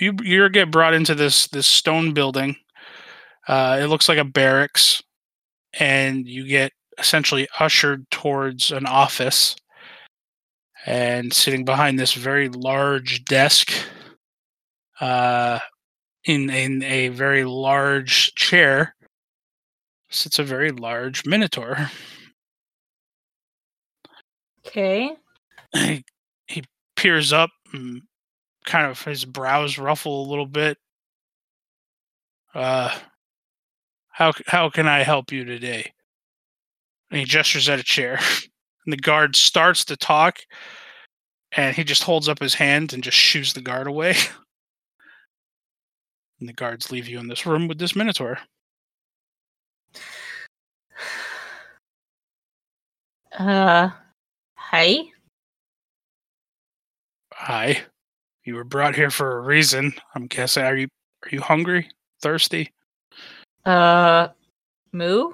you you get brought into this this stone building. Uh, it looks like a barracks, and you get essentially ushered towards an office. And sitting behind this very large desk, uh, in in a very large chair, sits a very large minotaur. Okay. he, he peers up and kind of his brows ruffle a little bit uh how how can i help you today and he gestures at a chair and the guard starts to talk and he just holds up his hand and just shoos the guard away and the guards leave you in this room with this minotaur Uh, hi. hi you were brought here for a reason i'm guessing are you are you hungry thirsty Uh, moo.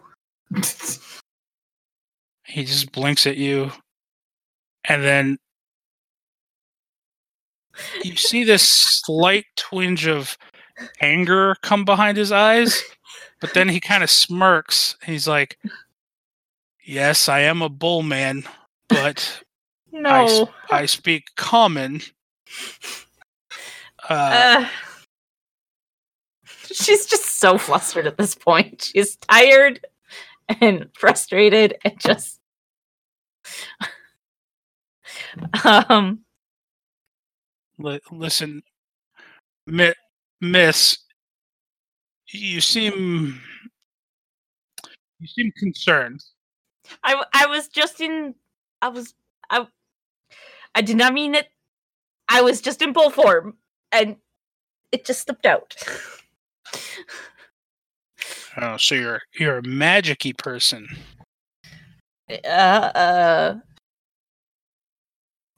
he just blinks at you and then you see this slight twinge of anger come behind his eyes but then he kind of smirks he's like yes i am a bull man but I, s- No. I speak common uh, Uh, she's just so flustered at this point. She's tired and frustrated and just um li- listen mi- miss you seem you seem concerned I w- I was just in I was I I did not mean it. I was just in bull form and it just slipped out. oh so you're you're a magicy person uh uh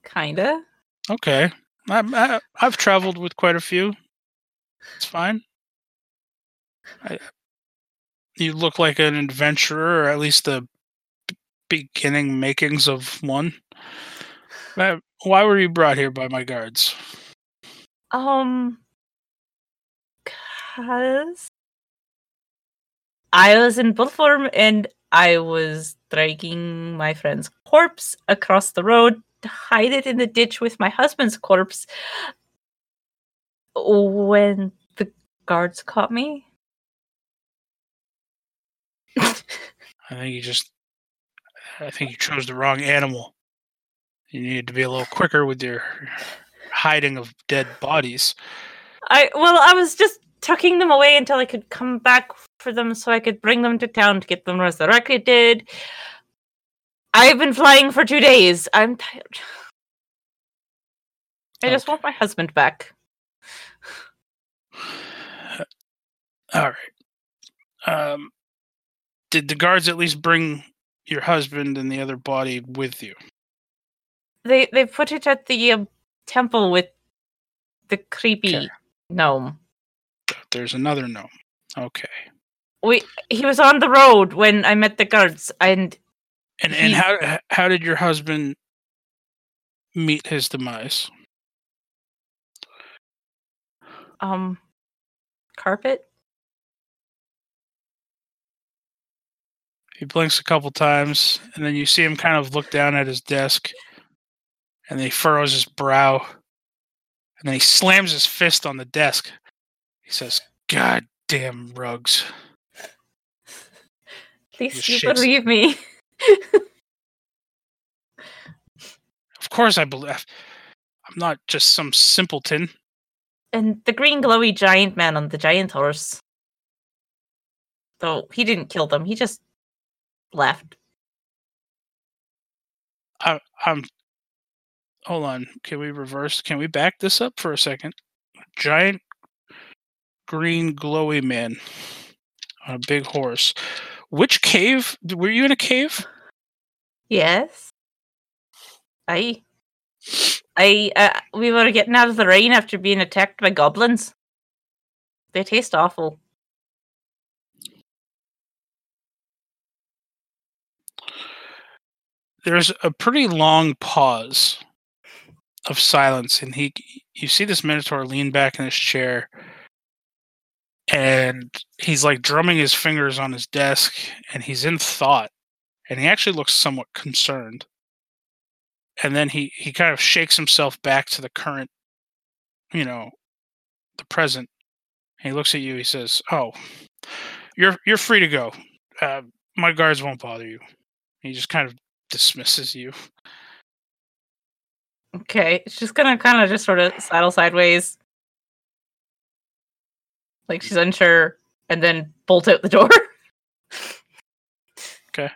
kinda. Okay. I'm, I, I've traveled with quite a few. It's fine. I, you look like an adventurer, or at least the b- beginning makings of one. Uh, Why were you brought here by my guards? Um, cause I was in bull form and I was dragging my friend's corpse across the road to hide it in the ditch with my husband's corpse when the guards caught me. I think you just. I think you chose the wrong animal. You needed to be a little quicker with your hiding of dead bodies. I well, I was just tucking them away until I could come back for them, so I could bring them to town to get them resurrected. I've been flying for two days. I'm tired. I just want my husband back. All right. Um, did the guards at least bring your husband and the other body with you? They they put it at the um, temple with the creepy gnome. There's another gnome. Okay. He was on the road when I met the guards, and And and He- how h- how did your husband meet his demise? um, carpet. He blinks a couple times, and then you see him kind of look down at his desk, and then he furrows his brow, and then he slams his fist on the desk. He says, "God damn rugs." At least shakes you it. believe me. Of course, I believe. I'm not just some simpleton. And the green glowy giant man on the giant horse. Though he didn't kill them, he just left. I, I'm. Hold on. Can we reverse? Can we back this up for a second? Giant green glowy man on a big horse. Which cave? d- Were you in a cave? Yes. I I uh, we were getting out of the rain after being attacked by goblins. They taste awful. There's a pretty long pause. of silence, and he you see this Minotaur lean back in his chair, and he's like drumming his fingers on his desk, and he's in thought, and he actually looks somewhat concerned. And then he he kind of shakes himself back to the current, you know, the present. And he looks at you. He says, "Oh, you're you're free to go. Uh, my guards won't bother you." He just kind of dismisses you. Okay, she's gonna kind of just sort of saddle sideways, like she's unsure, and then bolt out the door.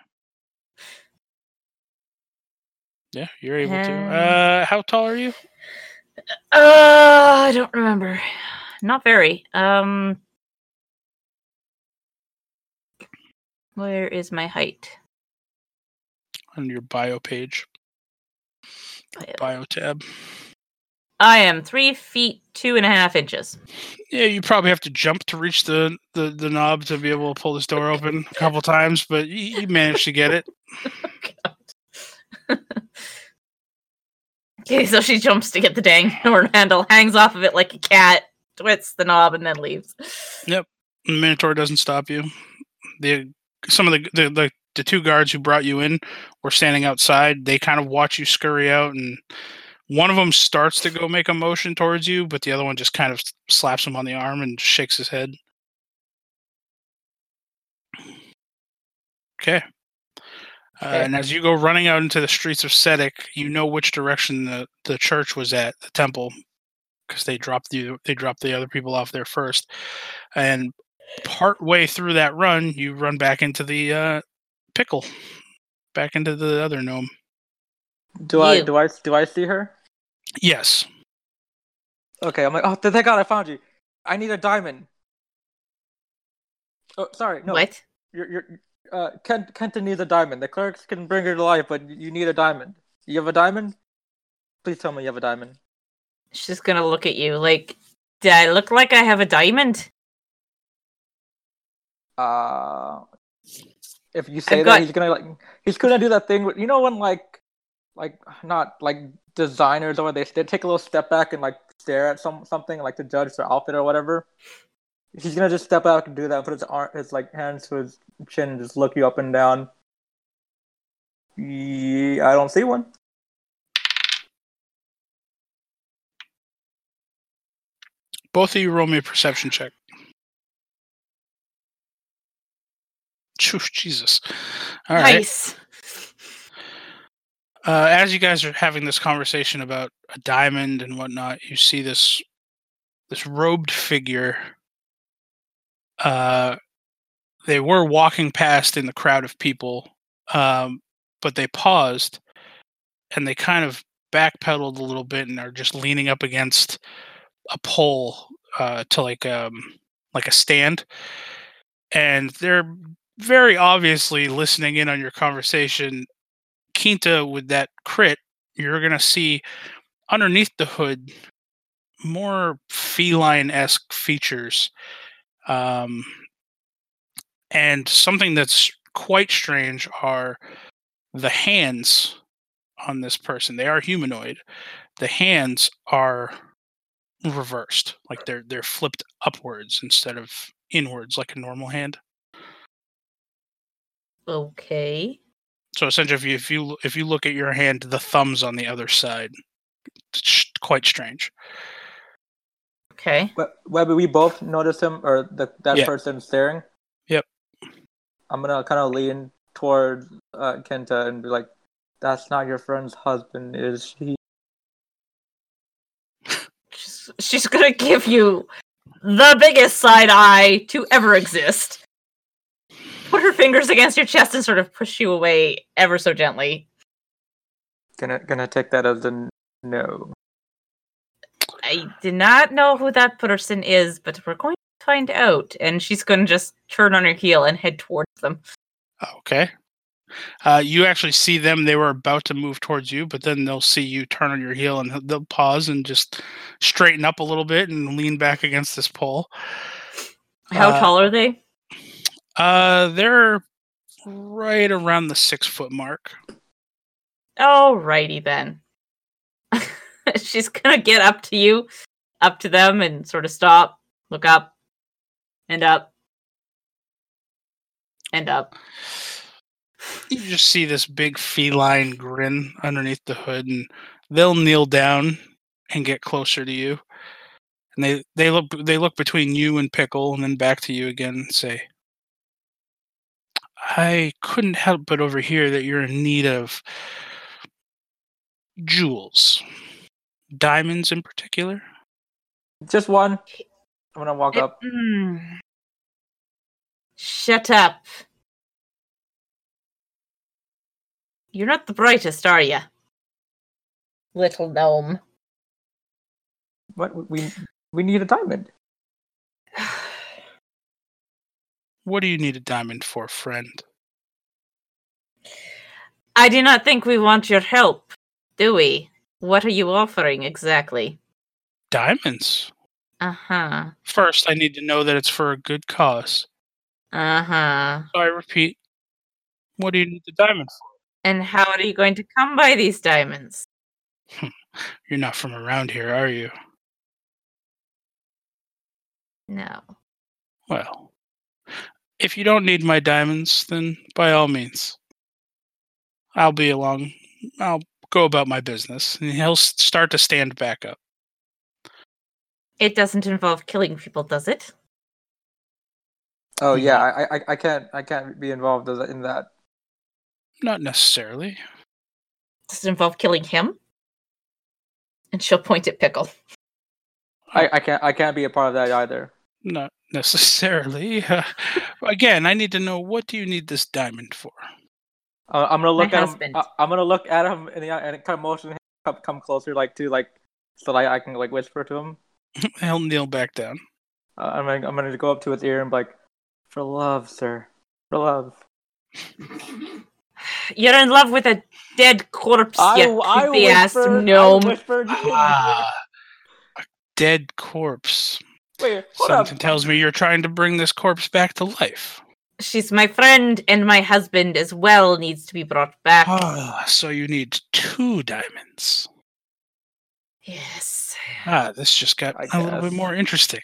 Yeah, you're able to. Um, Uh, how tall are you? Uh, I don't remember. Not very. Um, where is my height? On your bio page, I- bio tab. I am three feet two and a half inches. Yeah, you probably have to jump to reach the the, the knob to be able to pull this door open a couple times, but you, you managed to get it. Okay, so she jumps to get the dang door handle, hangs off of it like a cat, twists the knob, and then leaves. The Minotaur doesn't stop you. The some of the the, the the two guards who brought you in were standing outside. They kind of watch you scurry out, and one of them starts to go make a motion towards you, but the other one just kind of slaps him on the arm and shakes his head. Okay. Uh, Okay. and as you go running out into the streets of Setic, you know which direction the, the church was at, the temple, because they dropped you. They dropped the other people off there first, and part way through that run, you run back into the uh, pickle, back into the other gnome. Do I You. do I do I see her? Yes. Okay, I'm like, oh, thank God I found you. I need a diamond. Oh, sorry, no. What? You're, you're, uh, Kent, Kenton needs a diamond. The clerics can bring her to life, but you need a diamond. You have a diamond? Please tell me you have a diamond. She's gonna look at you like, did I look like I have a diamond? Uh, if you say that, got- he's gonna like, he's gonna do that thing. With, you know when like, like not like designers or what, they they take a little step back and like stare at some something like to judge their outfit or whatever. He's gonna just step out and do that. Put his arm, his like hands to his chin, and just look you up and down. Yeah, I don't see one. Both of you roll me a perception check. Phew, Jesus. All right. nice. Uh, as you guys are having this conversation about a diamond and whatnot, you see this this robed figure. Uh, they were walking past in the crowd of people, um, but they paused and they kind of backpedaled a little bit and are just leaning up against a pole uh, to like um, like a stand, and they're very obviously listening in on your conversation Quinta with that crit, you're gonna see underneath the hood more feline esque features, um, and something that's quite strange are the hands on this person. They are humanoid. The hands are reversed, like they're they're flipped upwards instead of inwards, like a normal hand. Okay. So essentially, if you if you, if you look at your hand, the thumb's on the other side. It's sh- quite strange. Okay. We- Webby, we both notice him or the, that Yeah. person staring. Yep. I'm gonna kind of lean toward uh, Kenta and be like, "That's not your friend's husband, is he?" She's, she's gonna give you the biggest side eye to ever exist. Put her fingers against your chest and sort of push you away ever so gently. Gonna gonna take that as a n- no. I did not know who that person is, but we're going to find out. And she's gonna just turn on her heel and head towards them. Oh, Okay. Uh, you actually see them. They were about to move towards you, but then they'll see you turn on your heel and they'll pause and just straighten up a little bit and lean back against this pole. How Uh, tall are they? Uh, they're right around the six foot mark. Alrighty then. she's gonna get up to you, up to them, and sort of stop, look up, and up, and up. You just see this big feline grin underneath the hood, and they'll kneel down and get closer to you. And they, they look they look between you and Pickle, and then back to you again and say, "I couldn't help but overhear that you're in need of jewels, diamonds in particular." Just one. I'm gonna walk It- up. mm. Shut up. You're not the brightest, are you? Little gnome. What we we need a diamond. What do you need a diamond for, friend? I do not think we want your help, do we? What are you offering exactly? Diamonds. Uh huh. First, I need to know that it's for a good cause. Uh huh. So I repeat, what do you need the diamond for? And how are you going to come by these diamonds? You're not from around here, are you? No. Well, if you don't need my diamonds, then by all means, I'll be along. I'll go about my business. And he'll s- start to stand back up. It doesn't involve killing people, does it? Oh yeah, Mm-hmm. I, I I can't I can't be involved in that- in that. Not necessarily. Does it involve killing him? And she'll point at Pickle. I, I can't I can't be a part of that either. Not necessarily. Again, I need to know what do you need this diamond for? Uh, I'm gonna My look at husband. him. I, am gonna look at him and, yeah, and kind of motion him come, come closer, like to like so that I, I can like whisper to him. He'll kneel back down. Uh, I'm gonna, I'm gonna go up to his ear and be like, for love, sir, for love. You're in love with a dead corpse, you creepy ass whispered- I gnome. whispered- Ah, a dead corpse. Wait, hold up. Something tells me you're trying to bring this corpse back to life. She's my friend, and my husband as well needs to be brought back. Ah, so you need two diamonds. Yes. Ah, this just got I a little bit guess. more interesting.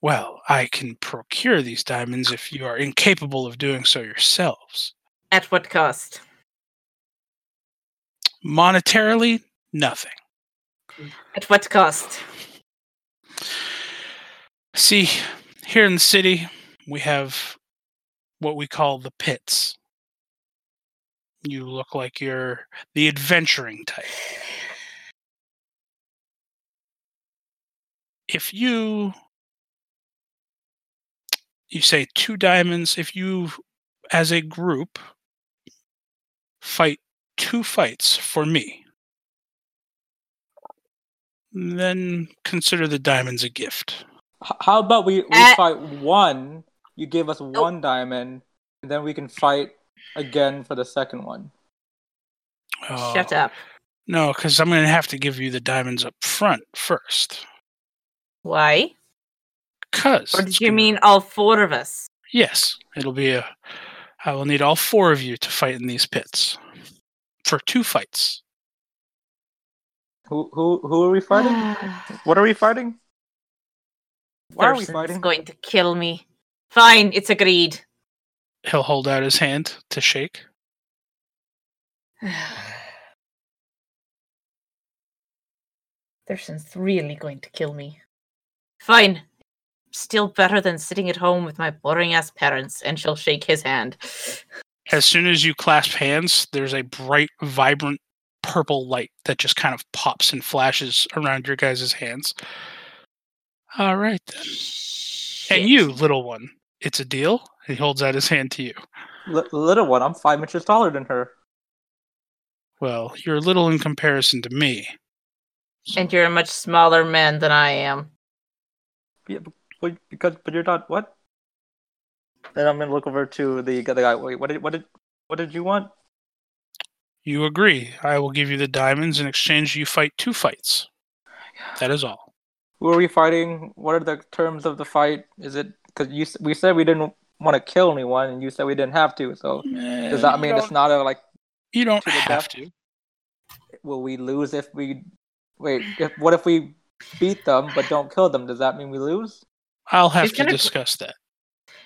Well, I can procure these diamonds if you are incapable of doing so yourselves. At what cost? Monetarily, nothing. At what cost? See, here in the city, we have what we call the pits. You look like you're the adventuring type. If you you say two diamonds, if you as a group fight two fights for me, then consider the diamonds a gift. H- How about we, we Uh, fight one? You give us one diamond, and then we can fight again for the second one. Ah. Shut up. Uh, No, because I'm going to have to give you the diamonds up front first. Why? Because. Or did you mean all four of us? Yes. It'll be a. I will need all four of you to fight in these pits for two fights. Who who who are we fighting? Ah, what are we fighting? Why are we Thurston's fighting? going to kill me. Fine, it's agreed. He'll hold out his hand to shake. Thurston's really going to kill me. Fine. Still better than sitting at home with my boring ass parents, and she'll shake his hand. As soon as you clasp hands, there's a bright, vibrant purple light that just kind of pops and flashes around your guys' hands. All right. Then. And you, little one, it's a deal. He holds out his hand to you. Li- little one, I'm five inches taller than her. Well, you're little in comparison to me. And you're a much smaller man than I am. Yeah, but, but- because but you're not what? Then I'm gonna look over to the other guy. Wait, what did what did what did you want? You agree. I will give you the diamonds in exchange. You fight two fights. That is all. Who are we fighting? What are the terms of the fight? Is it because you s- we said we didn't want to kill anyone, and you said we didn't have to? So does that mean it's not a like? you don't to the have death? to? will we lose if we wait? If what if we beat them but don't kill them? Does that mean we lose? I'll have She's to gonna- discuss that.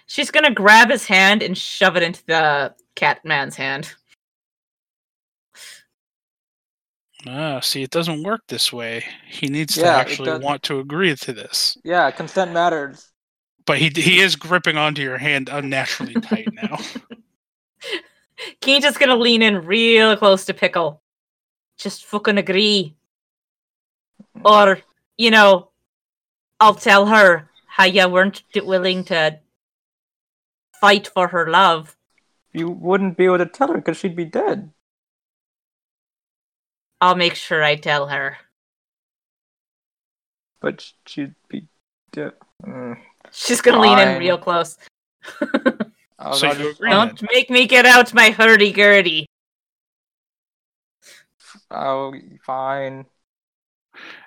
She's gonna grab his hand and shove it into the cat man's hand. Ah, see, it doesn't work this way. He needs to Yeah, it actually doesn't. want to agree to this. Yeah, consent matters. But he he is gripping onto your hand unnaturally tight now. Keenja's gonna lean in real close to Pickle. Just fucking agree. Or, you know, I'll tell her how you weren't d- willing to fight for her love. You wouldn't be able to tell her because she'd be dead. I'll make sure I tell her. But sh- she'd be dead. Mm. She's gonna lean in Fine. real close. I So was- you agree then? Don't make me get out my hurdy gurdy. Oh, fine.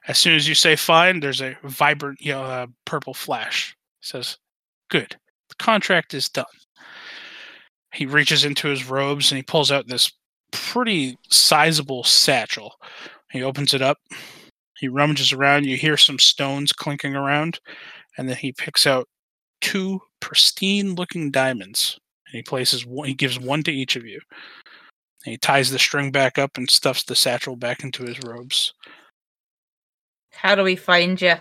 As soon as you say fine, there's a vibrant you know, uh, purple flash. It says, "Good, the contract is done." He reaches into his robes and he pulls out this pretty sizable satchel. He opens it up. He rummages around. You hear some stones clinking around, and then he picks out two pristine-looking diamonds. And he places one. He gives one to each of you. And he ties the string back up and stuffs the satchel back into his robes. How do we find you?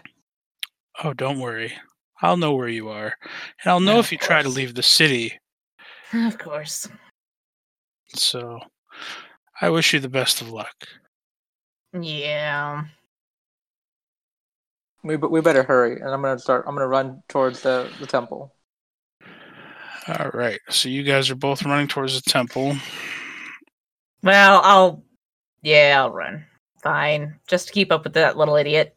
Oh, don't worry. I'll know where you are. And I'll know Yeah, if of you try to course. leave the city. Of course. So I wish you the best of luck. Yeah. We but we better hurry, and I'm gonna start. I'm gonna run towards the the temple. All right. So you guys are both running towards the temple. Well, I'll. Yeah, I'll run. Fine. Just keep up with that little idiot.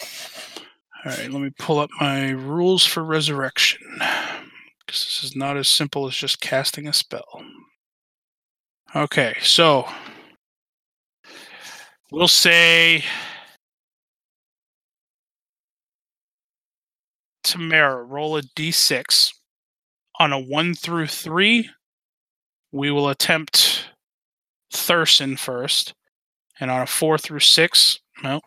All right. Let me pull up my rules for resurrection. Because this is not as simple as just casting a spell. Okay. So we'll say. Tamara, roll a d6. On a one through three, we will attempt Thurston first. And on a four through six, no,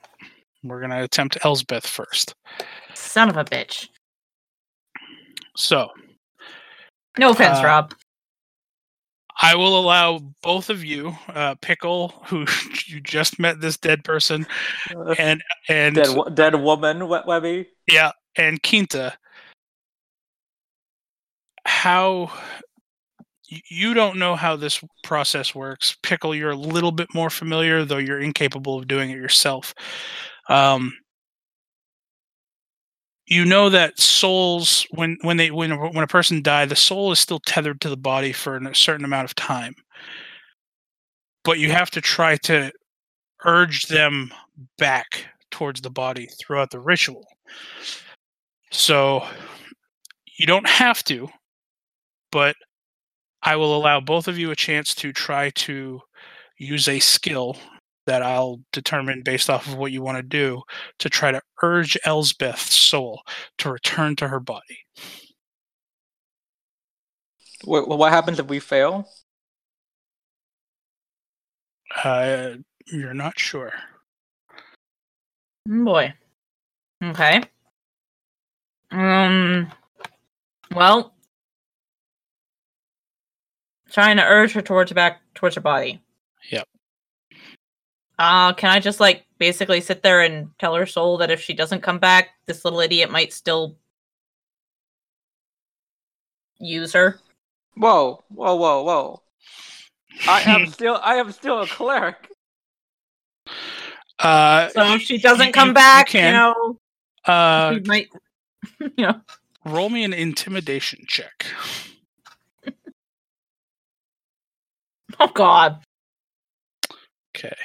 we're going to attempt Elsbeth first. Son of a bitch. So No offense, Uh, Rob. I will allow both of you, uh, Pickle, who you just met this dead person, Uh, and and dead, wo- dead woman, we- Webby. yeah, and Quinta, how y- you don't know how this process works. Pickle, you're a little bit more familiar, though you're incapable of doing it yourself. Um, you know that souls, when when they when a- when a person dies, the soul is still tethered to the body for an- a certain amount of time, but you have to try to urge them back towards the body throughout the ritual. So you don't have to, but I will allow both of you a chance to try to use a skill that I'll determine based off of what you want to do to try to urge Elsbeth's soul to return to her body. Wait, what happens if we fail? Uh, you're not sure. Mm, Boy. Okay. Um. Well, trying to urge her towards her back towards her body. Yep. Uh, can I just like basically sit there and tell her soul that if she doesn't come back, this little idiot might still use her? Whoa, whoa, whoa, whoa! I am still, I am still a cleric. uh, So if she doesn't you- come you back, you, can. know, uh, she might, you know, roll me an intimidation check. oh god, Okay.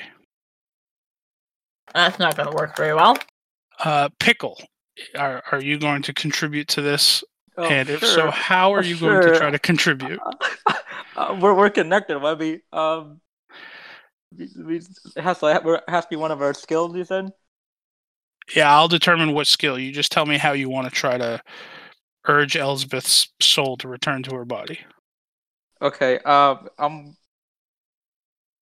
that's not gonna work very well. Uh, Pickle, are, are you going to contribute to this? Oh, and if so, sure. Oh, how are you going to Sure. try to contribute? Uh, we're we're connected, Webby. Um, we, we, it has to it has to be one of our skills. You said. Yeah, I'll determine what skill. You just tell me how you want to try to urge Elsbeth's soul to return to her body. Okay. Um, I'm. um,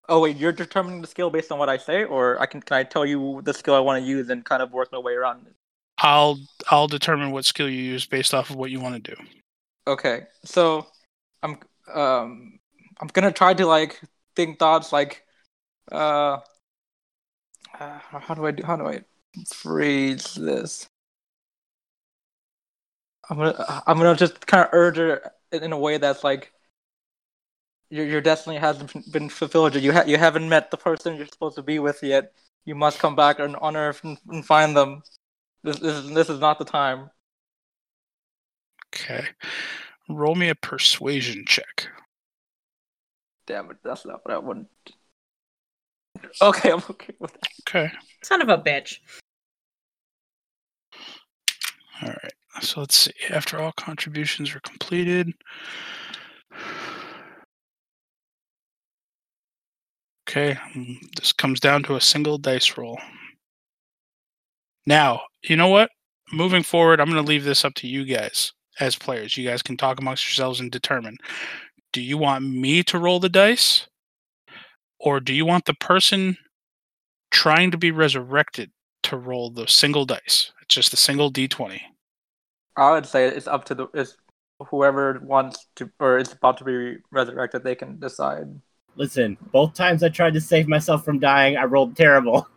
Oh wait, you're determining the skill based on what I say, or I can can I tell you the skill I want to use and kind of work my way around? it? I'll I'll determine what skill you use based off of what you want to do. Okay, so I'm um I'm gonna try to like think thoughts like uh, uh how do I do how do I phrase this? I'm gonna I'm gonna just kind of urge her in in a way that's like your your destiny hasn't been fulfilled. You ha- you haven't met the person you're supposed to be with yet. You must come back and on Earth and, and find them. This this is, this is not the time. Okay. Roll me a persuasion check. Damn it, that's not what I want. Okay, I'm okay with that. Okay. Son of a bitch. All right. So let's see. After all contributions are completed. Okay. mm, This comes down to a single dice roll. Now, you know what? Moving forward, I'm going to leave this up to you guys as players. You guys can talk amongst yourselves and determine do you want me to roll the dice? Or do you want the person trying to be resurrected to roll the single dice? It's just a single d20. I would say it's up to the it's whoever wants to or is about to be resurrected. They can decide. Listen, both times I tried to save myself from dying, I rolled terrible.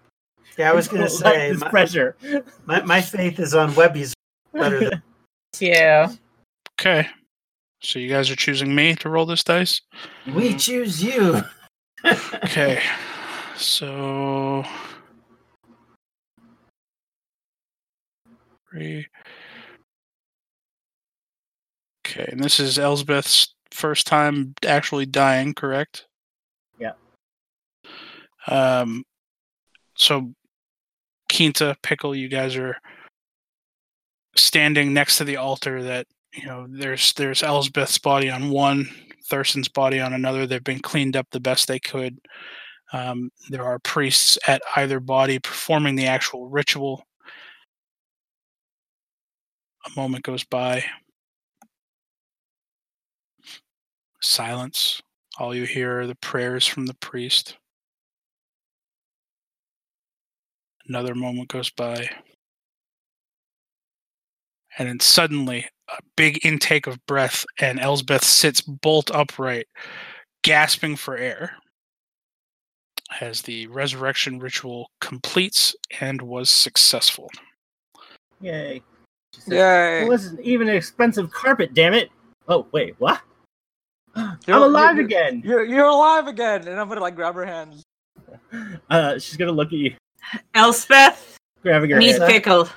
Yeah, I was gonna Like say this my, pressure. my, my faith is on Webby's better than Yeah. Okay. So you guys are choosing me to roll this dice? we choose you. Okay. So. Three. Okay, and this is Elsbeth's first time actually dying, correct? Yeah. Um. So, Quinta, Pickle, you guys are standing next to the altar that you know there's there's Elsbeth's body on one Thurston's body on another. They've been cleaned up the best they could. Um, there are priests at either body performing the actual ritual. A moment goes by. Silence. All you hear are the prayers from the priest. Another moment goes by. And then suddenly a big intake of breath, and Elsbeth sits bolt upright, gasping for air as the resurrection ritual completes and was successful. Yay. She said, Yay! It wasn't even an expensive carpet, damn it. Oh, wait, what? I'm You're- alive you're- again. You're you're alive again, and I'm gonna like grab her hands. Uh, she's gonna look at you, Elspeth grabbing her needs hand. pickle.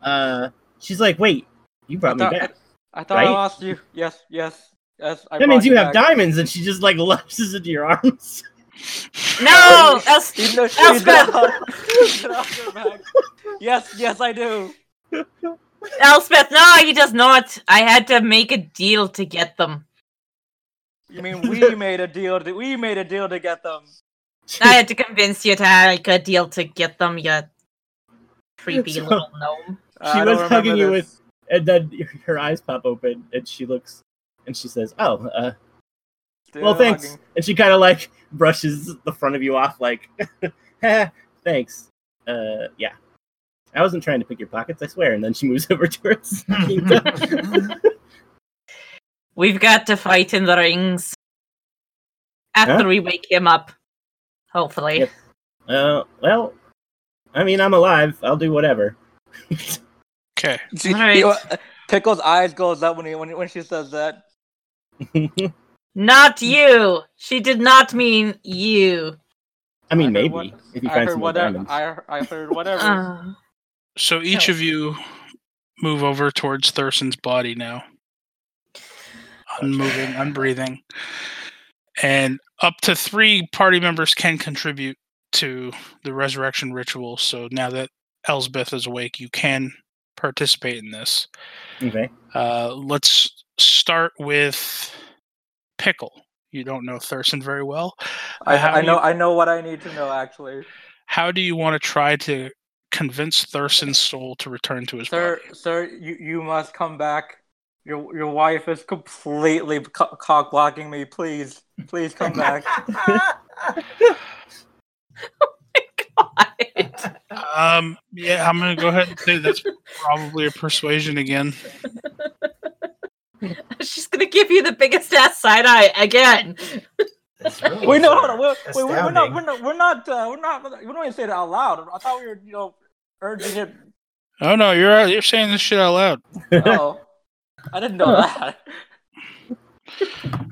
Uh, she's like, wait, you brought me I thought- back. I thought I Right? lost you. Yes, yes, yes. I That brought means you have back. diamonds, and she just like lapses into your arms. No, Els- Even though she Elspeth. died, I brought her back. Yes, yes, I do. Elspeth. No, he does not. I had to make a deal to get them. You mean we made a deal? To, we made a deal to get them. I had to convince you to make a deal to get them. You creepy So- little gnome. Uh, She I don't was hugging remember you this. and then her eyes pop open, and she looks, and she says, "Oh, uh, Still well, thanks." hugging. And she kind of like brushes the front of you off, like, "Heh, "Thanks." Uh, yeah. I wasn't trying to pick your pockets, I swear. And then she moves over towards Kinta. We've got to fight in the rings after Huh? we wake him up. Hopefully. Yep. uh, well, I mean, I'm alive. I'll do whatever. Okay. See, All right. you know, Pickle's eyes goes up when he, when when she says that. I Not you. She did not mean you. mean, I heard maybe what- if you I find heard some more whatever. diamonds. I, I heard whatever. Uh, So each of you move over towards Thurston's body now. Unmoving, unbreathing. And up to three party members can contribute to the resurrection ritual. So now that Elsbeth is awake, you can participate in this. Okay. Uh, let's start with Pickle. You don't know Thurston very well. I, How I do know you- I know what I need to know actually. How do you want to try to convince Thurston's soul to return to his Sir body? sir, you, you must come back Your your wife is completely co- cock blocking me. Please, please come back. God. Um, yeah, I'm gonna go ahead and say that's probably a persuasion again. She's gonna give you the biggest ass side eye again. That's really Wait, no, fair. hold on. We're, wait, we're not. Astounding. We're not. We're not. Uh, we're not. We don't even say it out loud. I thought we were, you know, urging it. Oh no, you're out- you're saying this shit out loud. Oh, I didn't know that.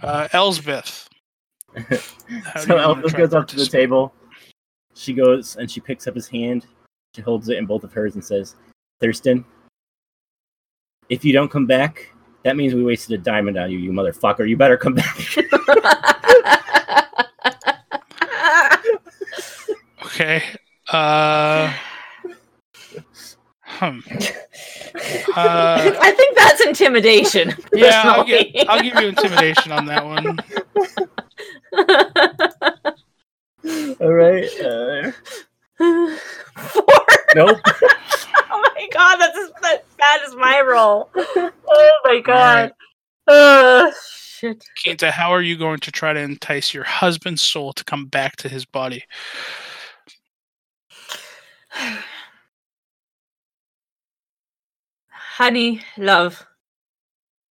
Uh, Elsbeth. How do so you wanna Elphys try and goes up to the participate? table. She goes and she picks up his hand. She holds it in both of hers and says, Thurston, if you don't come back, that means we wasted a diamond on you, you motherfucker. You better come back. Okay. Uh. Hmm. Uh, I think that's intimidation. yeah, I'll, gi- personally. I'll give you intimidation on that one. All right. Uh, Four. nope. Oh my god, that's as that bad as my roll. Oh my god. Uh, shit. Kinta, how are you going to try to entice your husband's soul to come back to his body? Honey, love,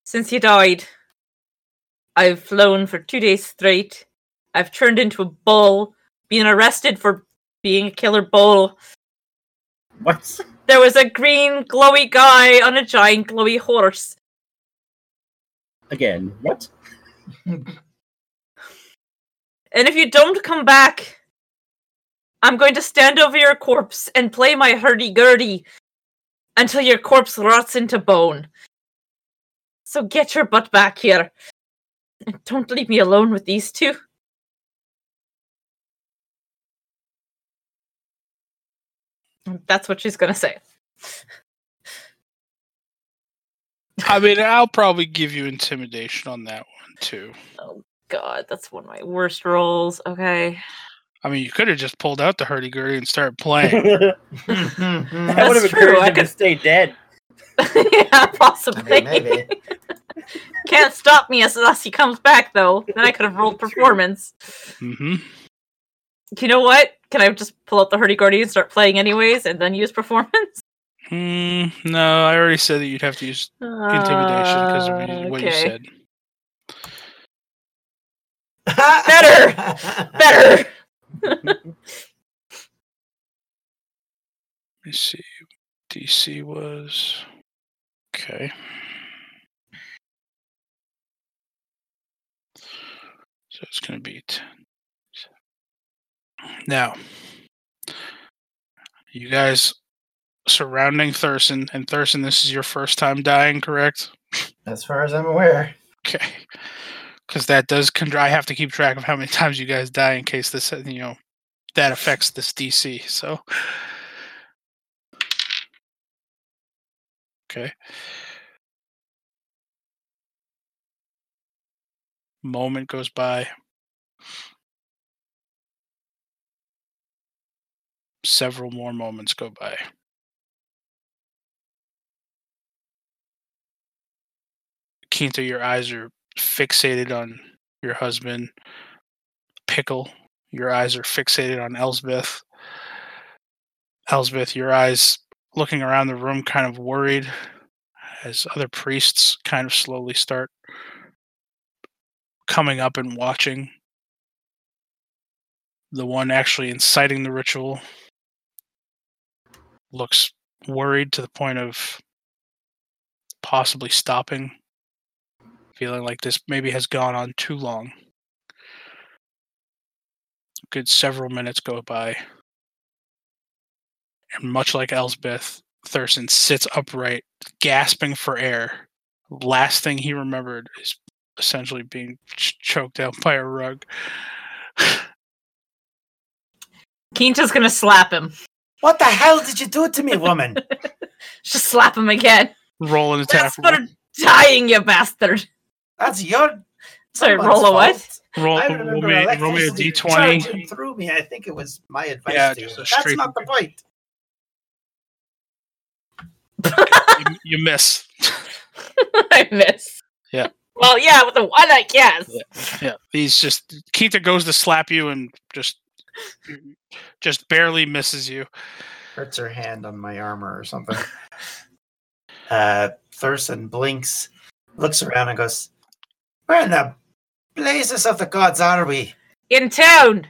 since you died, I've flown for two days straight. I've turned into a bull, been arrested for being a killer bull. What? There was a green glowy guy on a giant glowy horse. Again. What? And if you don't come back, I'm going to stand over your corpse and play my hurdy-gurdy until your corpse rots into bone. So get your butt back here. And don't leave me alone with these two. And That's what she's gonna say. I mean, I'll probably give you intimidation on that one too. God, that's one of my worst rolls. Okay. I mean, you could have just pulled out the hurdy gurdy and started playing. that That's would have true, encouraged I him to could- stay dead. yeah, I possibly. mean, maybe. Can't stop me as unless he comes back though. Then I could have rolled performance. hmm you know what? Can I just pull out the hurdy gurdy and start playing anyways, and then use performance? Mm, no, I already said that you'd have to use intimidation because of Uh, what you said. Better. Better. Let me see. DC was okay. So it's going to be t- now. You guys surrounding Thurston, and Thurston, this is your first time dying, correct? As far as I'm aware. Okay, because that does. Con- I have to keep track of how many times you guys die in case this, uh, you know, that affects this DC. So, okay. Moment goes by. Several more moments go by. Quinta, your eyes are fixated on your husband. Pickle, your eyes are fixated on Elsbeth. Elsbeth, your eyes looking around the room, kind of worried, as other priests kind of slowly start coming up and watching. The one actually inciting the ritual looks worried to the point of possibly stopping feeling like this maybe has gone on too long. Good several minutes go by. And much like Elsbeth, Thurston sits upright, gasping for air. Last thing he remembered is essentially being ch- choked out by a rug. Quinta's gonna slap him. What the hell did you do to me, woman? Just slap him again. Roll an attack. That's for dying, you bastard. That's your. Sorry, someone's roll a what? fault. Roll, I roll, remember me, roll me a electricity d20. charging through me. I think it was my advice Yeah, to you. just a That's straight- not the point. You, you miss. I miss. Yeah. Well, yeah, with the one I guess. Yeah. Yeah, he's just Keita goes to slap you and just just barely misses you. Hurts her hand on my armor or something. uh, Thurston blinks, looks around, and goes, "Where in the blazes of the gods are we?" In town,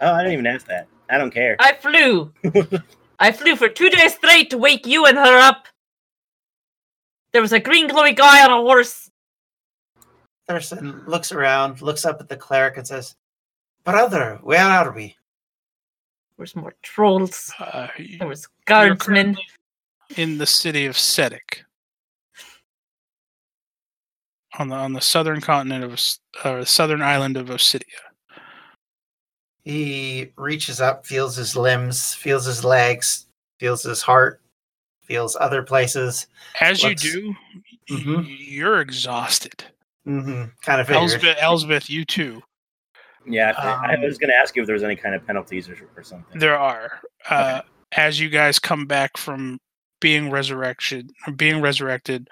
Oh, I didn't even ask that. I don't care. I flew. I flew for two days straight to wake you and her up. There was a green glowy guy on a horse. Thurston looks around, looks up at the cleric, and says, "Brother, where are we?" There was more trolls. Uh, There was guardsmen. in the city of Setic. On the on the southern continent of Os- or the southern island of Obsidia. He reaches up, feels his limbs, feels his legs, feels his heart, feels other places. As Let's- you do, y- Mhm. you're exhausted. Mm-hmm. Kind of figured. Elsbeth, Elsbeth, you too. Yeah, I, Um, I was going to ask you if there was any kind of penalties or, or something. There are. Uh, As you guys come back from being resurrection, being resurrected,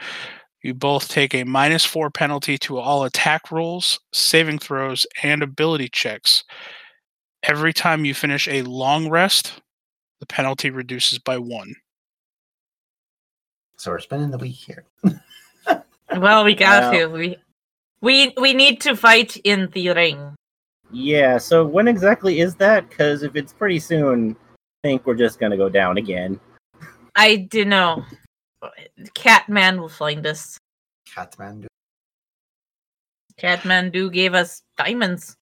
you both take a minus four penalty to all attack rolls, saving throws, and ability checks. Every time you finish a long rest, the penalty reduces by one. So we're spending the week here. Well, we got Wow. to. We, we we need to fight in the ring. Yeah, so when exactly is that? Because if it's pretty soon, I think we're just going to go down again. I don't know. Catman will find us. Kathmandu. Catmandu gave us diamonds.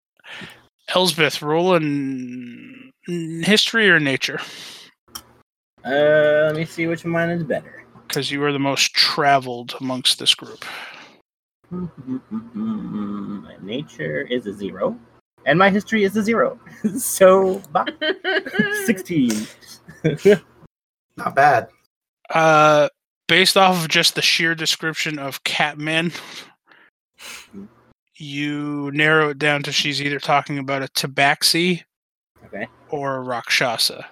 Elsbeth, roll in in history or nature, Uh, let me see which one is better. because you are the most traveled amongst this group. My nature is a zero, and my history is a zero. so, bop. 16. Not bad. Uh, based off of just the sheer description of Catman, you narrow it down to she's either talking about a tabaxi Okay. or a rakshasa.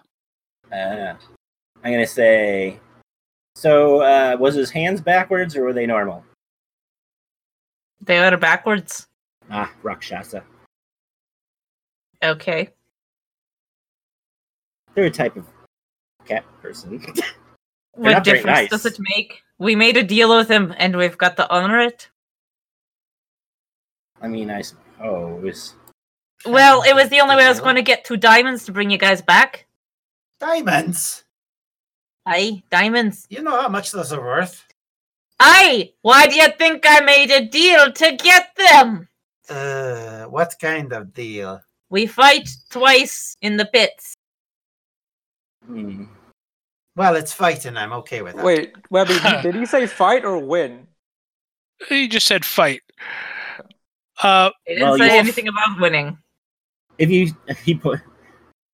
Uh, I'm going to say. So, uh, was his hands backwards or were they normal? They are backwards. Ah, Rakshasa. Okay. They're a type of cat person. They're What not very difference does nice. it make? We made a deal with him, and we've got to honor it. I mean, I suppose. Well, it was the only way I was Deal? going to get two diamonds to bring you guys back. Diamonds. Aye, diamonds. You know how much those are worth. Aye. Why do you think I made a deal to get them? Uh, what kind of deal? We fight twice in the pits. Hmm. Well, it's fighting. I'm okay with that. Wait, Webby, did he say fight or win? He just said fight. Uh, They didn't Well, say you- anything about winning. If you he put,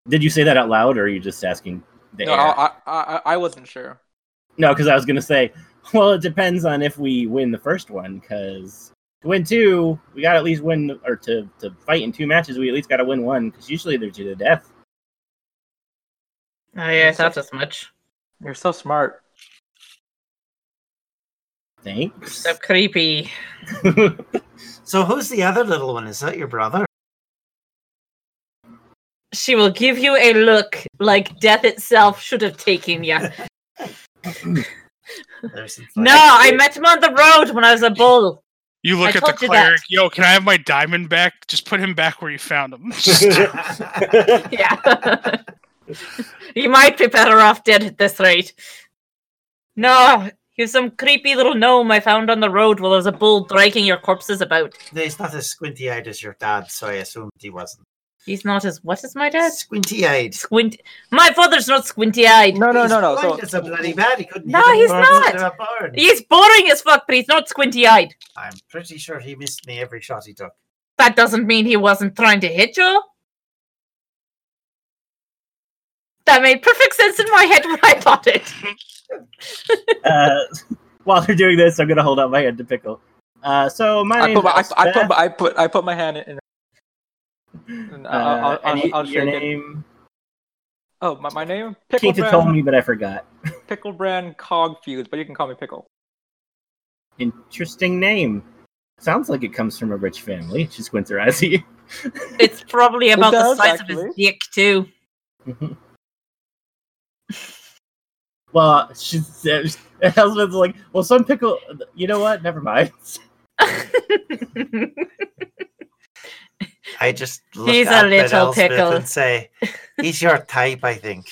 did you say that out loud, or are you just asking? The No, air? I, I, I, I wasn't sure. No, because I was gonna say, well, it depends on if we win the first one. Because to win two, we got to at least win, or to to fight in two matches, we at least got to win one. Because usually they're to the death. Oh, yeah, I thought as much. You're so smart. Thanks. So creepy. So who's the other little one? Is that your brother? She will give you a look like death itself should have taken you. There's some no, I met him on the road when I was a bull. you look I at the told you that. cleric. Yo, can I have my diamond back? Just put him back where you found him. flash. Yeah. you might be better off dead at this rate. No, he's some creepy little gnome I found on the road while I was a bull dragging your corpses about. He's not as squinty eyed as your dad, so I assumed he wasn't. He's not as what is my dad? Squinty eyed. Squint. My father's not squinty eyed. No, no, no, no. So, It's a bloody bad. He couldn't No, even he's burn not. into a barn. He's boring as fuck, but he's not squinty eyed. I'm pretty sure he missed me every shot he took. That doesn't mean he wasn't trying to hit you. That made perfect sense in my head when I thought it. uh, while they're doing this, I'm gonna hold out my hand to pickle. Uh, so my I name. put, my, I, I put, my, I put, I put my hand in. in I'll, I'll, I'll, I'll Uh, your shake it. name. Oh, my, my name? Pickle Keita told Brand, me, but I forgot. Pickle Brand Cog Fuse, but you can call me Pickle. Interesting name. Sounds like it comes from a rich family. She squints her eyes at you. It's probably about the does, size of his actually. dick too. Mhm. well, she says, her husband's like, well, some pickle, you know what? Never mind. I just look He's a up at little Elspeth pickle. and say, "He's your type, I think."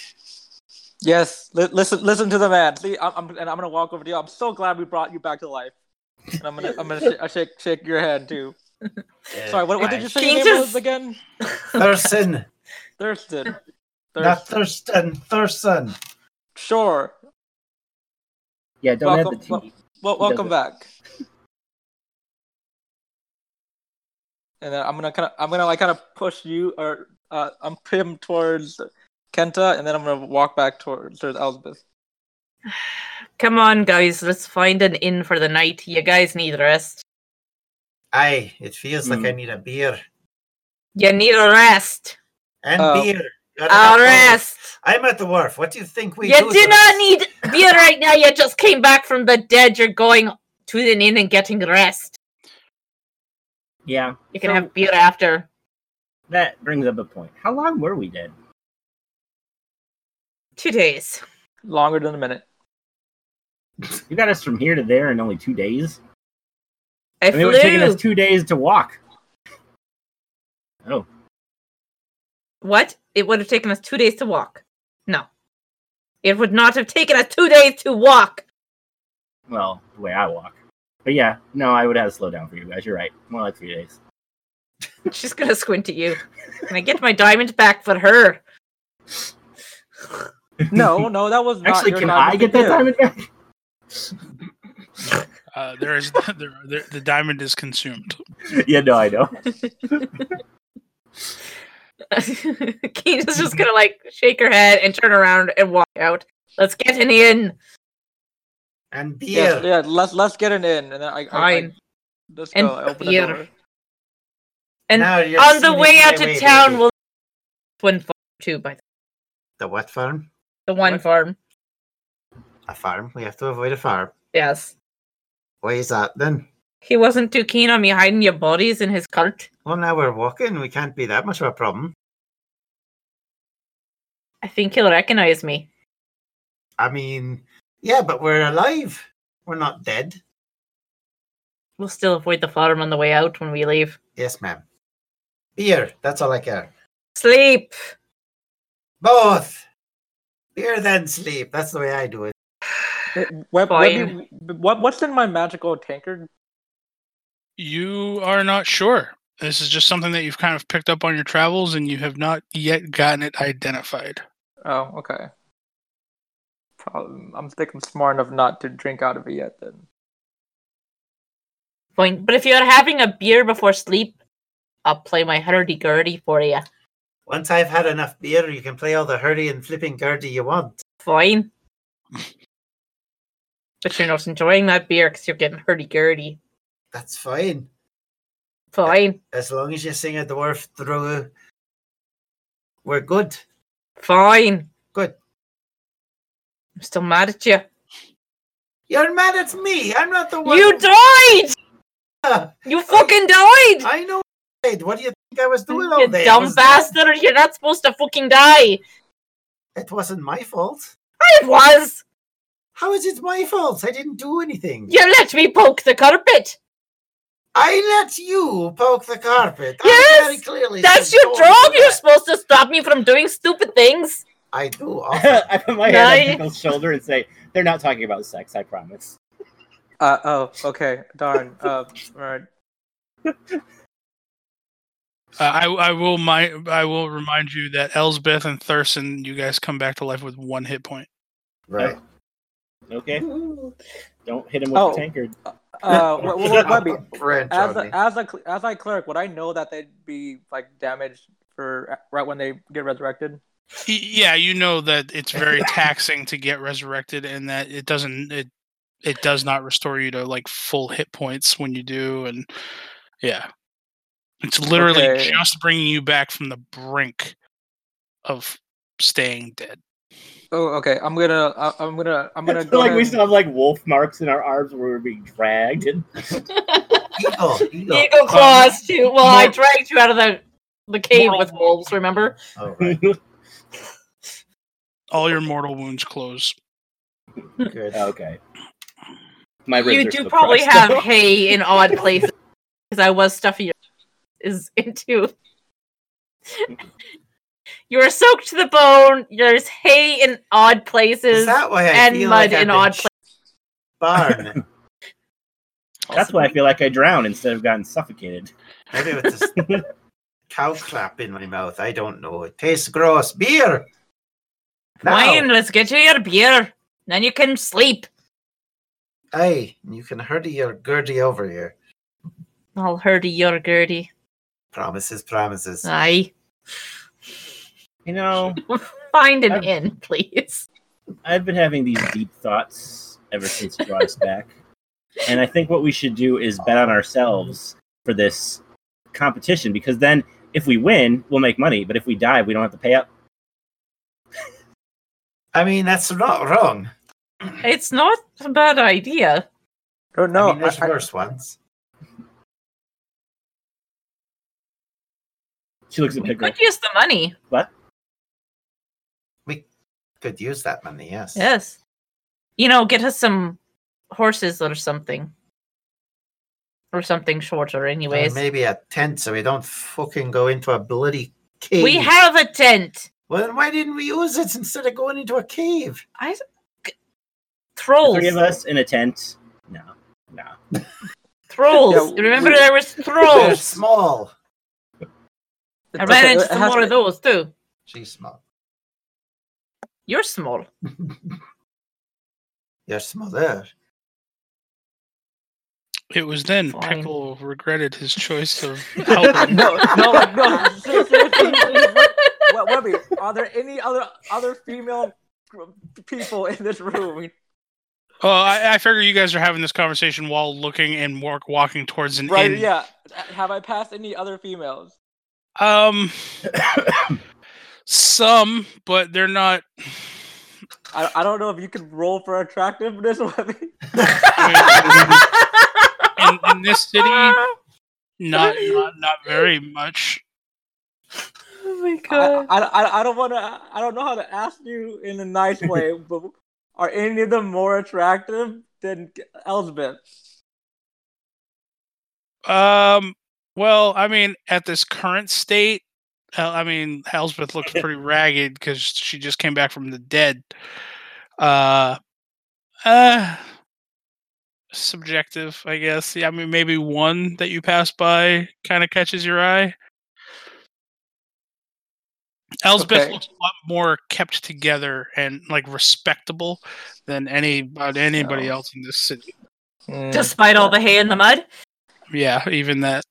Yes, li- listen, listen to the man. See, I'm, I'm, and I'm gonna walk over to you. I'm so glad we brought you back to life. And I'm gonna, I'm gonna sh- I shake, shake your hand too. Uh, Sorry, what, what did I- you say King your name just- was again? Thurston, Thurston. not Thurston. Thurston, Thurston. Sure. Yeah, don't have the Welcome- tea. Well, He does welcome it. back. and then I'm gonna kind of, I'm gonna like kind of push you or uh, I'm him towards Kenta, and then I'm gonna walk back towards towards Elspeth. Come on, guys, let's find an inn for the night. You guys need rest. Aye, it feels like Hmm. I need a beer You need a rest. and Oh. beer. You're at A the wharf. rest. I'm at the wharf. What do you think we you do? do to not this? need beer right now. You just came back from the dead. You're going to an inn and getting rest. Yeah, You can So- have beer after. that brings up a point. How long were we dead? Two days. Longer than a minute. You got us from here to there in only two days. I, I mean, it was taking flew. us two days to walk. Oh, what? It would have taken us two days to walk. No. It would not have taken us two days to walk. well, the way I walk. But yeah, no, I would have to slow down for you guys. You're right. More like three days. She's gonna squint at you. Can I get my diamond back for her? No, no, that was not Actually, your can diamond I get that here. diamond back? Uh, there is there, there, the diamond is consumed. yeah, no, I know. Keena's just gonna like shake her head and turn around and walk out. Let's get an inn. And Yes, beer. yeah, let's let's get it in, and then I, I, I Fine. let's And go. I open beer. the door. And Now you're on the sneaking way out away, of town, baby. we'll one farm too. By the, the what farm? the one What? farm, A farm. We have to avoid a farm. yes. Why is that then? He wasn't too keen on me hiding your bodies in his cult. Well, now we're walking. We can't be that much of a problem. I think he'll recognize me. I mean, yeah, but we're alive. We're not dead. We'll still avoid the farm on the way out when we leave. Yes, ma'am. Beer. That's all I care. Sleep. Both. Beer then sleep. That's the way I do it. Hey, Web, Fine. Webby, what what's in my magical tankard? You are not sure. This is just something that you've kind of picked up on your travels, and you have not yet gotten it identified. Oh, okay. Probably, I'm think I'm smart enough not to drink out of it yet. Then Fine. But if you're having a beer before sleep, I'll play my hurdy gurdy for you. Once I've had enough beer, you can play all the hurdy and flipping gurdy you want. Fine. But you're not enjoying that beer because you're getting hurdy gurdy. That's fine. Fine. As long as you sing a dwarf through, we're good. Fine. Good. I'm still mad at you. You're mad at me. I'm not the one. You died! died. You fucking died! I know. I died. What do you think I was doing all you day? I dumb was- bastard, you're not supposed to fucking die. It wasn't my fault. It was. How is it my fault? I didn't do anything. You let me poke the carpet. I let you poke the carpet. I Yes, very clearly That's said your don't do job. You're that. supposed to stop me from doing stupid things. I do. Often. I put my hand Nice. on Pickle's shoulder and say, "They're not talking about sex. I promise." Uh oh, okay. Darn. Uh, alright. Uh, I I will my I will remind you that Elsbeth and Thurston, you guys come back to life with one hit point. right. Okay, don't hit him with Oh. the tankard. Uh, w- w- w- Webby, Branch as on me. a, as a cl- as I cleric, would I know that they'd be like damaged for right when they get resurrected? Y- Yeah, you know that it's very taxing to get resurrected, and that it doesn't it it does not restore you to like full hit points when you do, and yeah, it's literally Okay. just bringing you back from the brink of staying dead. Oh, okay. I'm gonna. I, I'm gonna. I'm gonna It's go. like we ahead- still have like wolf marks in our arms where we're being dragged. And Eagle, eagle. Eagle claws too. Well, I Moral- dragged you out of the the cave with wolves. Remember? Oh, right. All your mortal wounds close. Good. okay. My ribs You are do still probably crushed, have though. hay in odd places because I was stuffing your is into. you are soaked to the bone. There's hay in odd Is places that why I and feel mud like I've in been odd places. barn? That's why I feel like I drowned instead of gotten suffocated. Maybe with this cow clap in my mouth. I don't know. It tastes gross. Beer. Now, Wine. Let's get you your beer. Then you can sleep. Aye, and you can hurdy your gurdy over here. I'll hurdy your gurdy. Promises, promises. Aye. You know, Find an I'm- inn, please. I've been having these deep thoughts ever since you brought us back. And I think what we should do is bet on ourselves for this competition because then if we win, we'll make money. But if we die, we don't have to pay up. I mean, that's not wrong. It's not a bad idea. Oh, No, no, I mean, there's I- I- worse ones. She looks at We Pickle. could use the money. Could use that money, yes. Yes. You know, get us some horses or something. Or something shorter, Or anyways. maybe a tent so we don't fucking go into a bloody cave. we have a tent. Well, then why didn't we use it instead of going into a cave? I g- The trolls. three of us in a tent. No, no. Trolls. Yeah, Remember we- there was They're trolls. small. I okay, ran into it some has more to- of those too. She's small. You're small. You're smaller. It was then Fine. Pickle regretted his choice of helping. No, no, like, no. seriously, what- what- Webby, are there any other other female gr- people in this room? Well, Oh, I, I figure you guys are having this conversation while looking and walk, walking towards an Right? inn. Yeah. Have I passed any other females? Um, some, but they're not. I, I don't know if you can roll for attractiveness, Webby. I mean, in, in this city, not Oh not not very much. Oh my I, I, I, I don't want to. I don't know how to ask you in a nice way, but are any of them more attractive than Elsbeth? Um. Well, I mean, at this current state, uh, I mean, Elsbeth looks pretty ragged because she just came back from the dead. Uh, uh, subjective, I guess. Yeah, I mean, maybe one that you pass by kind of catches your eye. Elsbeth Okay. looks a lot more kept together and like respectable than any about anybody So- else in this city. Mm. Despite all the hay in the mud. Yeah, even that.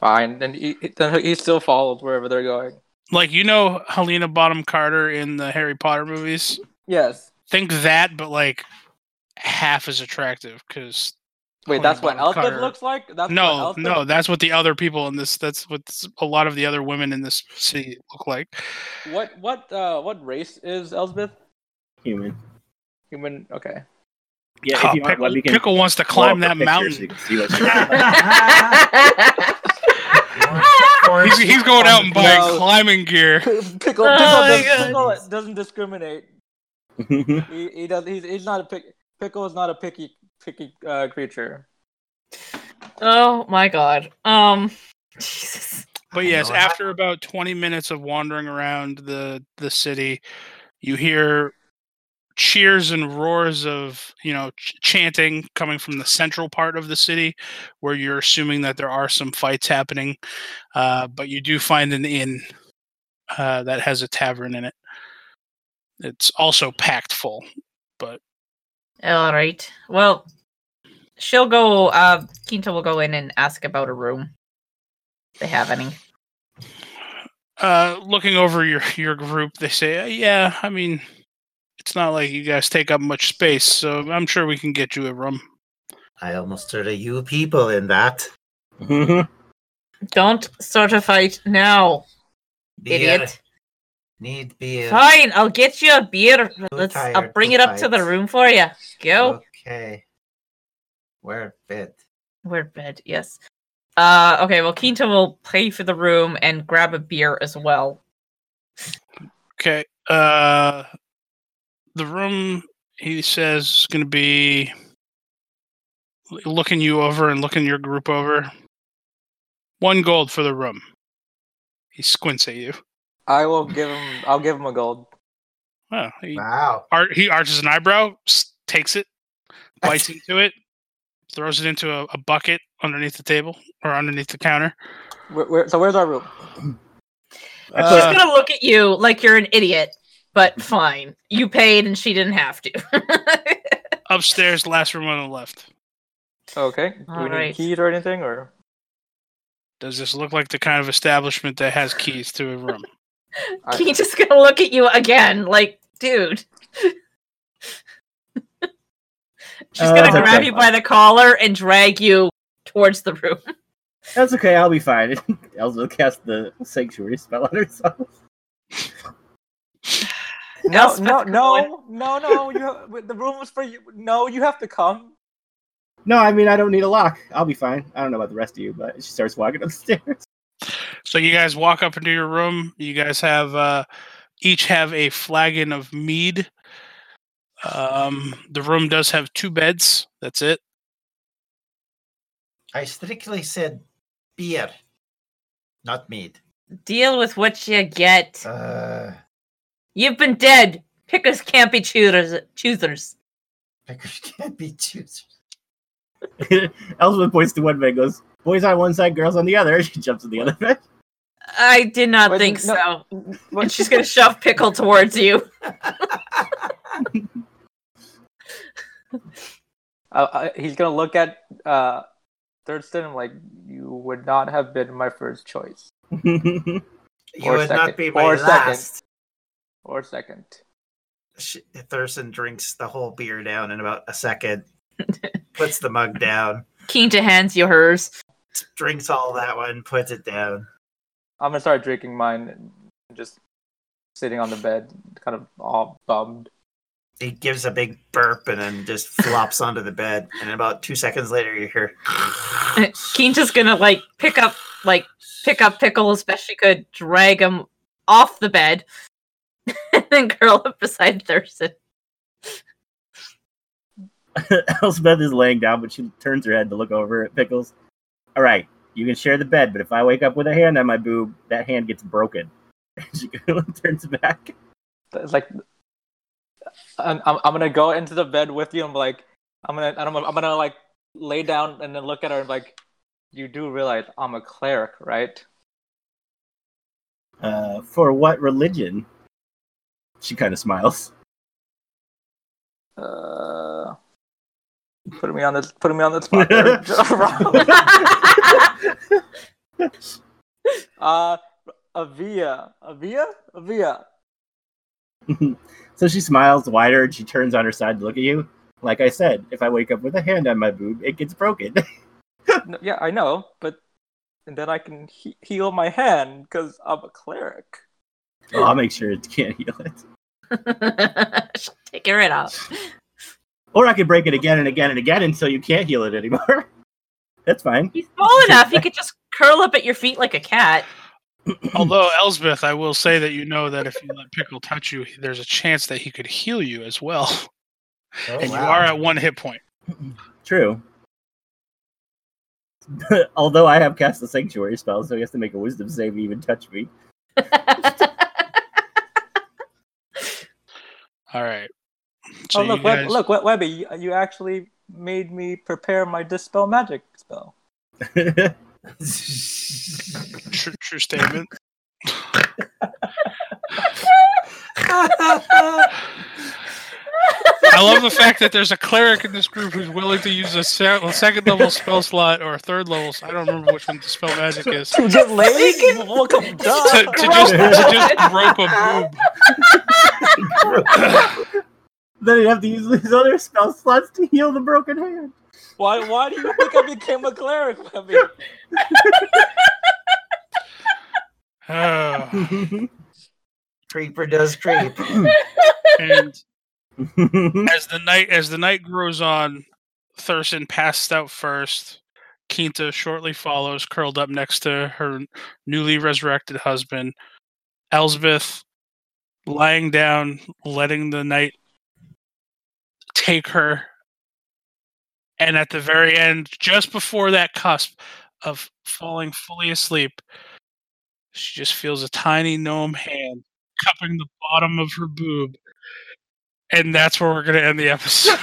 Fine, then he then he still follows wherever they're going. like you know Helena Bonham Carter in the Harry Potter movies. Yes. Think that, but like half as attractive. Because Wait, Helena that's what Bonham Elsbeth Carter- looks like. That's what No, Elsbeth- no, that's what the other people in this. That's what s- a lot of the other women in this city look like. What what uh what race is Elsbeth? Human. Human. Okay. Yeah, Oh, if you want, Pickle, let me can Pickle wants to blow up climb the that picture mountain. so you can see what she looks like. He's, he's going out and buying No. climbing gear. pickle pickle, Oh my does, God. pickle doesn't discriminate. He he does. He's, he's not a pick. Pickle is not a picky picky uh, creature. oh my god. Um Jesus. But I yes, know, I- after about 20 minutes of wandering around the the city, you hear cheers and roars of, you know, ch- chanting coming from the central part of the city where you're assuming that there are some fights happening. Uh, but you do find an inn uh, that has a tavern in it. It's also packed full. All right. Well, she'll go. Uh, Quinta will go in and ask about a room. If they have any? Uh, looking over your your group, they say, "Uh, "Yeah, I mean, it's not like you guys take up much space, so I'm sure we can get you a room." I almost heard a you people in that. Don't start a fight now, The, uh, idiot. Need beer. Fine, I'll get you a beer. Let's. I'll tired, bring too it up to the tired. room for you. Go. Okay. Where bed? We're bed. Yes. Uh. Okay. Well, Quinta will pay for the room and grab a beer as well. Okay. Uh, the room he says is going to be l- looking you over and looking your group over. One gold for the room. He squints at you. I will give him. I'll give him a gold. Oh, he, Wow. ar- he arches an eyebrow, s- takes it, bites into it, throws it into a, a bucket underneath the table or underneath the counter. Where, where, so where's our room? I Uh, put, She's gonna look at you like you're an idiot, but fine. You paid, and she didn't have to. Upstairs, last room on the left. Okay. Do we need Alright. keys or anything? Or Does this look like the kind of establishment that has keys to a room? I- Quinta's gonna look at you again, like, dude. She's gonna Uh, grab you by the collar and drag you towards the room. that's okay. I'll be fine. Elsa will cast the sanctuary spell on herself. no, Elspeth no, can no, no, no. You have, the room was for you. No, you have to come. No, I mean I don't need a lock. I'll be fine. I don't know about the rest of you, but she starts walking upstairs. So you guys walk up into your room. You guys have uh, each have a flagon of mead. Um, the room does have two beds. That's it. I strictly said beer, not mead. Deal with what you get. Uh, You've been dead. Pickers can't be choosers. Choosers. pickers can't be choosers. Elsa points to one bed, and goes, "Boys on one side, girls on the other." She jumps in the other bed. I did not Wait, think no. so. What- And she's gonna shove pickle towards you. Uh, I, he's gonna look at uh, Thurston and like, you would not have been my first choice You Or would second- not be my or second. last. or second. Sh Thurston drinks the whole beer down in about a second, puts the mug down, Quinta hands you hers. drinks all that one, puts it down. I'm gonna start drinking mine, and just sitting on the bed, kind of all bummed. He gives a big burp and then just flops onto the bed. And about two seconds later, you hear. Quinta's gonna like pick up like pick up pickle as best she could, drag him off the bed, and then curl up beside Thurston. Elspeth is laying down, but she turns her head to look over at Pickles. All right, you can share the bed, but if I wake up with a hand on my boob, that hand gets broken. she turns back. It's like, I'm, I'm, I'm gonna go into the bed with you. and be like, I'm gonna, I'm gonna, I'm gonna like lay down and then look at her and like, you do realize I'm a cleric, right? Uh, for what religion? She kind of smiles. Uh, putting me on this, putting me on the spot. there. uh, Avia, Avia, Avia. so she smiles wider and she turns on her side to look at you. Like I said, if I wake up with a hand on my boob, it gets broken. No, yeah, I know, but and then I can he- heal my hand because I'm a cleric. well, I'll make sure it can't heal it. Take your head off. Or I could break it again and again and again until you can't heal it anymore. That's fine. He's small enough; he could just curl up at your feet like a cat. Although Elsbeth, I will say that you know that if you let Pickle touch you, there's a chance that he could heal you as well, and you are at one hit point. True. Although I have cast the sanctuary spell, so he has to make a wisdom save to even touch me. All right. you oh look, Web- guys- look, We- Webby, you, you actually made me prepare my dispel magic spell. True, true statement. I love the fact that there's a cleric in this group who's willing to use a se- a second level spell slot or a third level. I don't remember which one the spell magic is. To, To get laid? Look, I'm to done. just to just grope a then he'd have to use his other spell slots to heal the broken hand. Why, why do you think I became a cleric, Webby? boob. Oh. Creeper does creep. And as the night as the night grows on, Thurston passed out first. Quinta shortly follows, curled up next to her newly resurrected husband. Elsbeth lying down, letting the night take her. And at the very end, just before that cusp of falling fully asleep, she just feels a tiny gnome hand cupping the bottom of her boob. And that's where we're going to end the episode.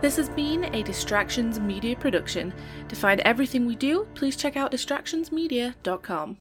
This has been a Distractions Media production. To find everything we do, please check out distractionsmedia.com.